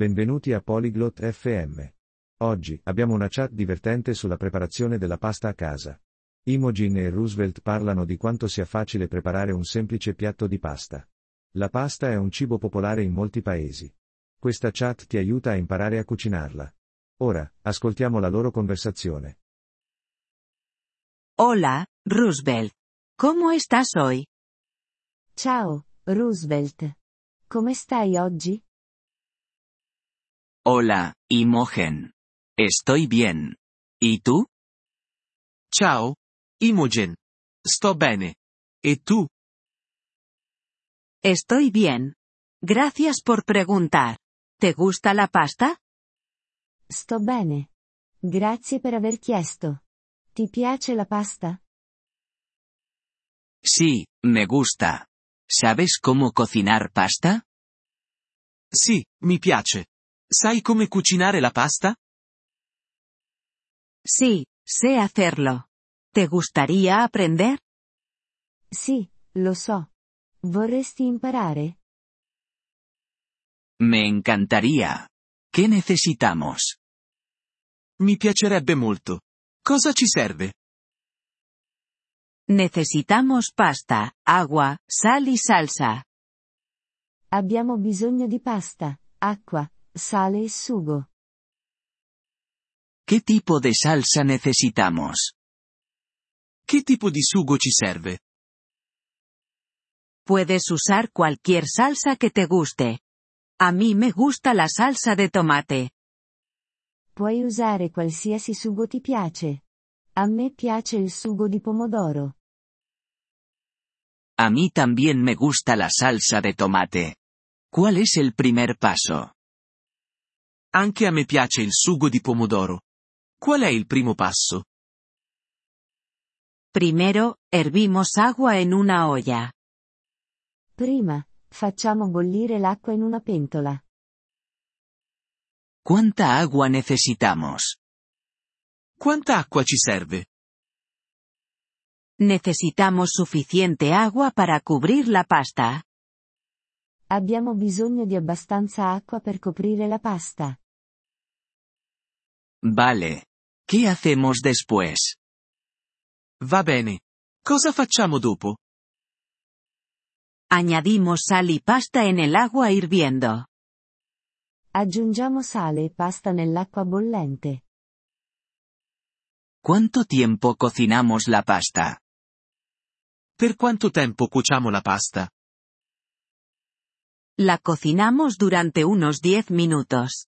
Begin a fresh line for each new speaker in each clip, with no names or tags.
Benvenuti a Polyglot FM. Oggi abbiamo una chat divertente sulla preparazione della pasta a casa. Imogen e Roosevelt parlano di quanto sia facile preparare un semplice piatto di pasta. La pasta è un cibo popolare in molti paesi. Questa chat ti aiuta a imparare a cucinarla. Ora, ascoltiamo la loro conversazione.
Hola, Roosevelt. ¿Cómo estás hoy?
Ciao, Roosevelt. Come stai oggi?
Hola, Imogen. Estoy bien. ¿Y tú?
Ciao, Imogen. Sto bene. E tu?
Estoy bien. Gracias por preguntar. ¿Te gusta la pasta?
Sto bene. Grazie per aver chiesto. Ti piace la pasta?
Sí, me gusta. ¿Sabes cómo cocinar pasta?
Sì, mi piace. Sai come cucinare la pasta?
Sí, sé hacerlo. ¿Te gustaría aprender?
Sì, lo so. Vorresti imparare?
Me encantaría. ¿Qué necesitamos?
Mi piacerebbe molto. Cosa ci serve?
Necesitamos pasta, agua, sal y salsa.
Abbiamo bisogno di pasta, acqua, sale e sugo.
¿Qué tipo de salsa necesitamos?
Che tipo di sugo ci serve?
Puedes usar cualquier salsa que te guste. A mí me gusta la salsa de tomate.
Puoi usare qualsiasi sugo ti piace. A me piace il sugo di pomodoro.
A mí también me gusta la salsa de tomate. ¿Cuál es el primer paso?
Anche a me piace il sugo di pomodoro. Qual è il primo passo?
Primero, hervimos agua en una olla.
Prima, facciamo bollire l'acqua in una pentola.
¿Cuánta agua necesitamos?
Quanta acqua ci serve?
Necesitamos suficiente agua para cubrir la pasta.
Abbiamo bisogno di abbastanza acqua per coprire la pasta.
Vale. ¿Qué hacemos después?
Va bene. Cosa facciamo dopo?
Añadimos sal y pasta en el agua hirviendo.
Aggiungiamo sale e pasta nell'acqua bollente.
¿Cuánto tiempo cocinamos la pasta?
Per quanto tempo cuociamo la pasta?
La cocinamos durante unos 10 minutos.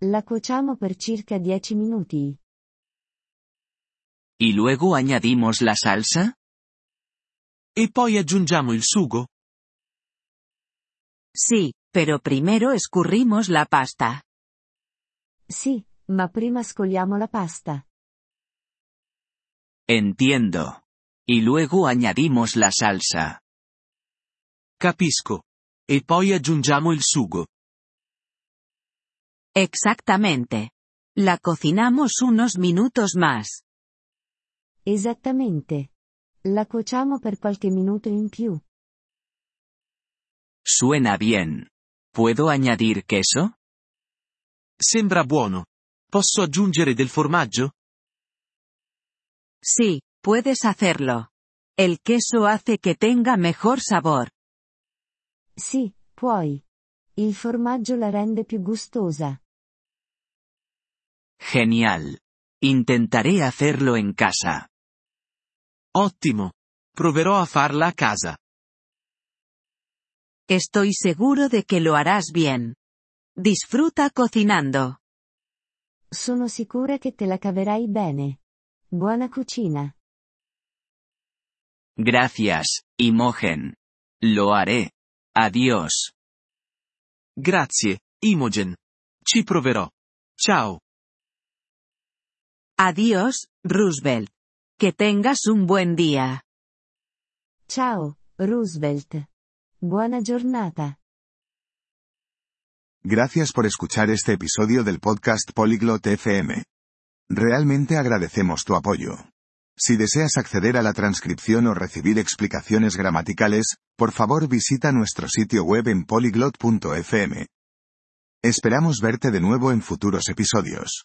La cuociamo per circa 10 minuti.
¿Y luego añadimos la salsa?
E poi aggiungiamo il sugo?
Sí, pero primero escurrimos la pasta.
Sì, ma prima scoliamo la pasta.
Entiendo. Y luego añadimos la salsa.
Capisco. E poi aggiungiamo il sugo.
Exactamente. La cocinamos unos minutos más.
Esattamente. La cuociamo per qualche minuto in più.
Suena bien. ¿Puedo añadir queso?
Sembra buono. Posso aggiungere del formaggio?
Sí, puedes hacerlo. El queso hace que tenga mejor sabor.
Sì, puoi. Il formaggio la rende più gustosa.
Genial. Intentaré hacerlo en casa.
Ottimo. Proverò a farla a casa.
Estoy seguro de que lo harás bien. Disfruta cocinando.
Sono sicura che te la caverai bene. Buona cucina.
Gracias, Imogen. Lo haré. Adiós.
Grazie, Imogen. Ci proverò. Ciao.
Adiós, Roosevelt. Que tengas un buen día.
Ciao, Roosevelt. Buona giornata.
Gracias por escuchar este episodio del podcast Polyglot FM. Realmente agradecemos tu apoyo. Si deseas acceder a la transcripción o recibir explicaciones gramaticales, por favor visita nuestro sitio web en polyglot.fm. Esperamos verte de nuevo en futuros episodios.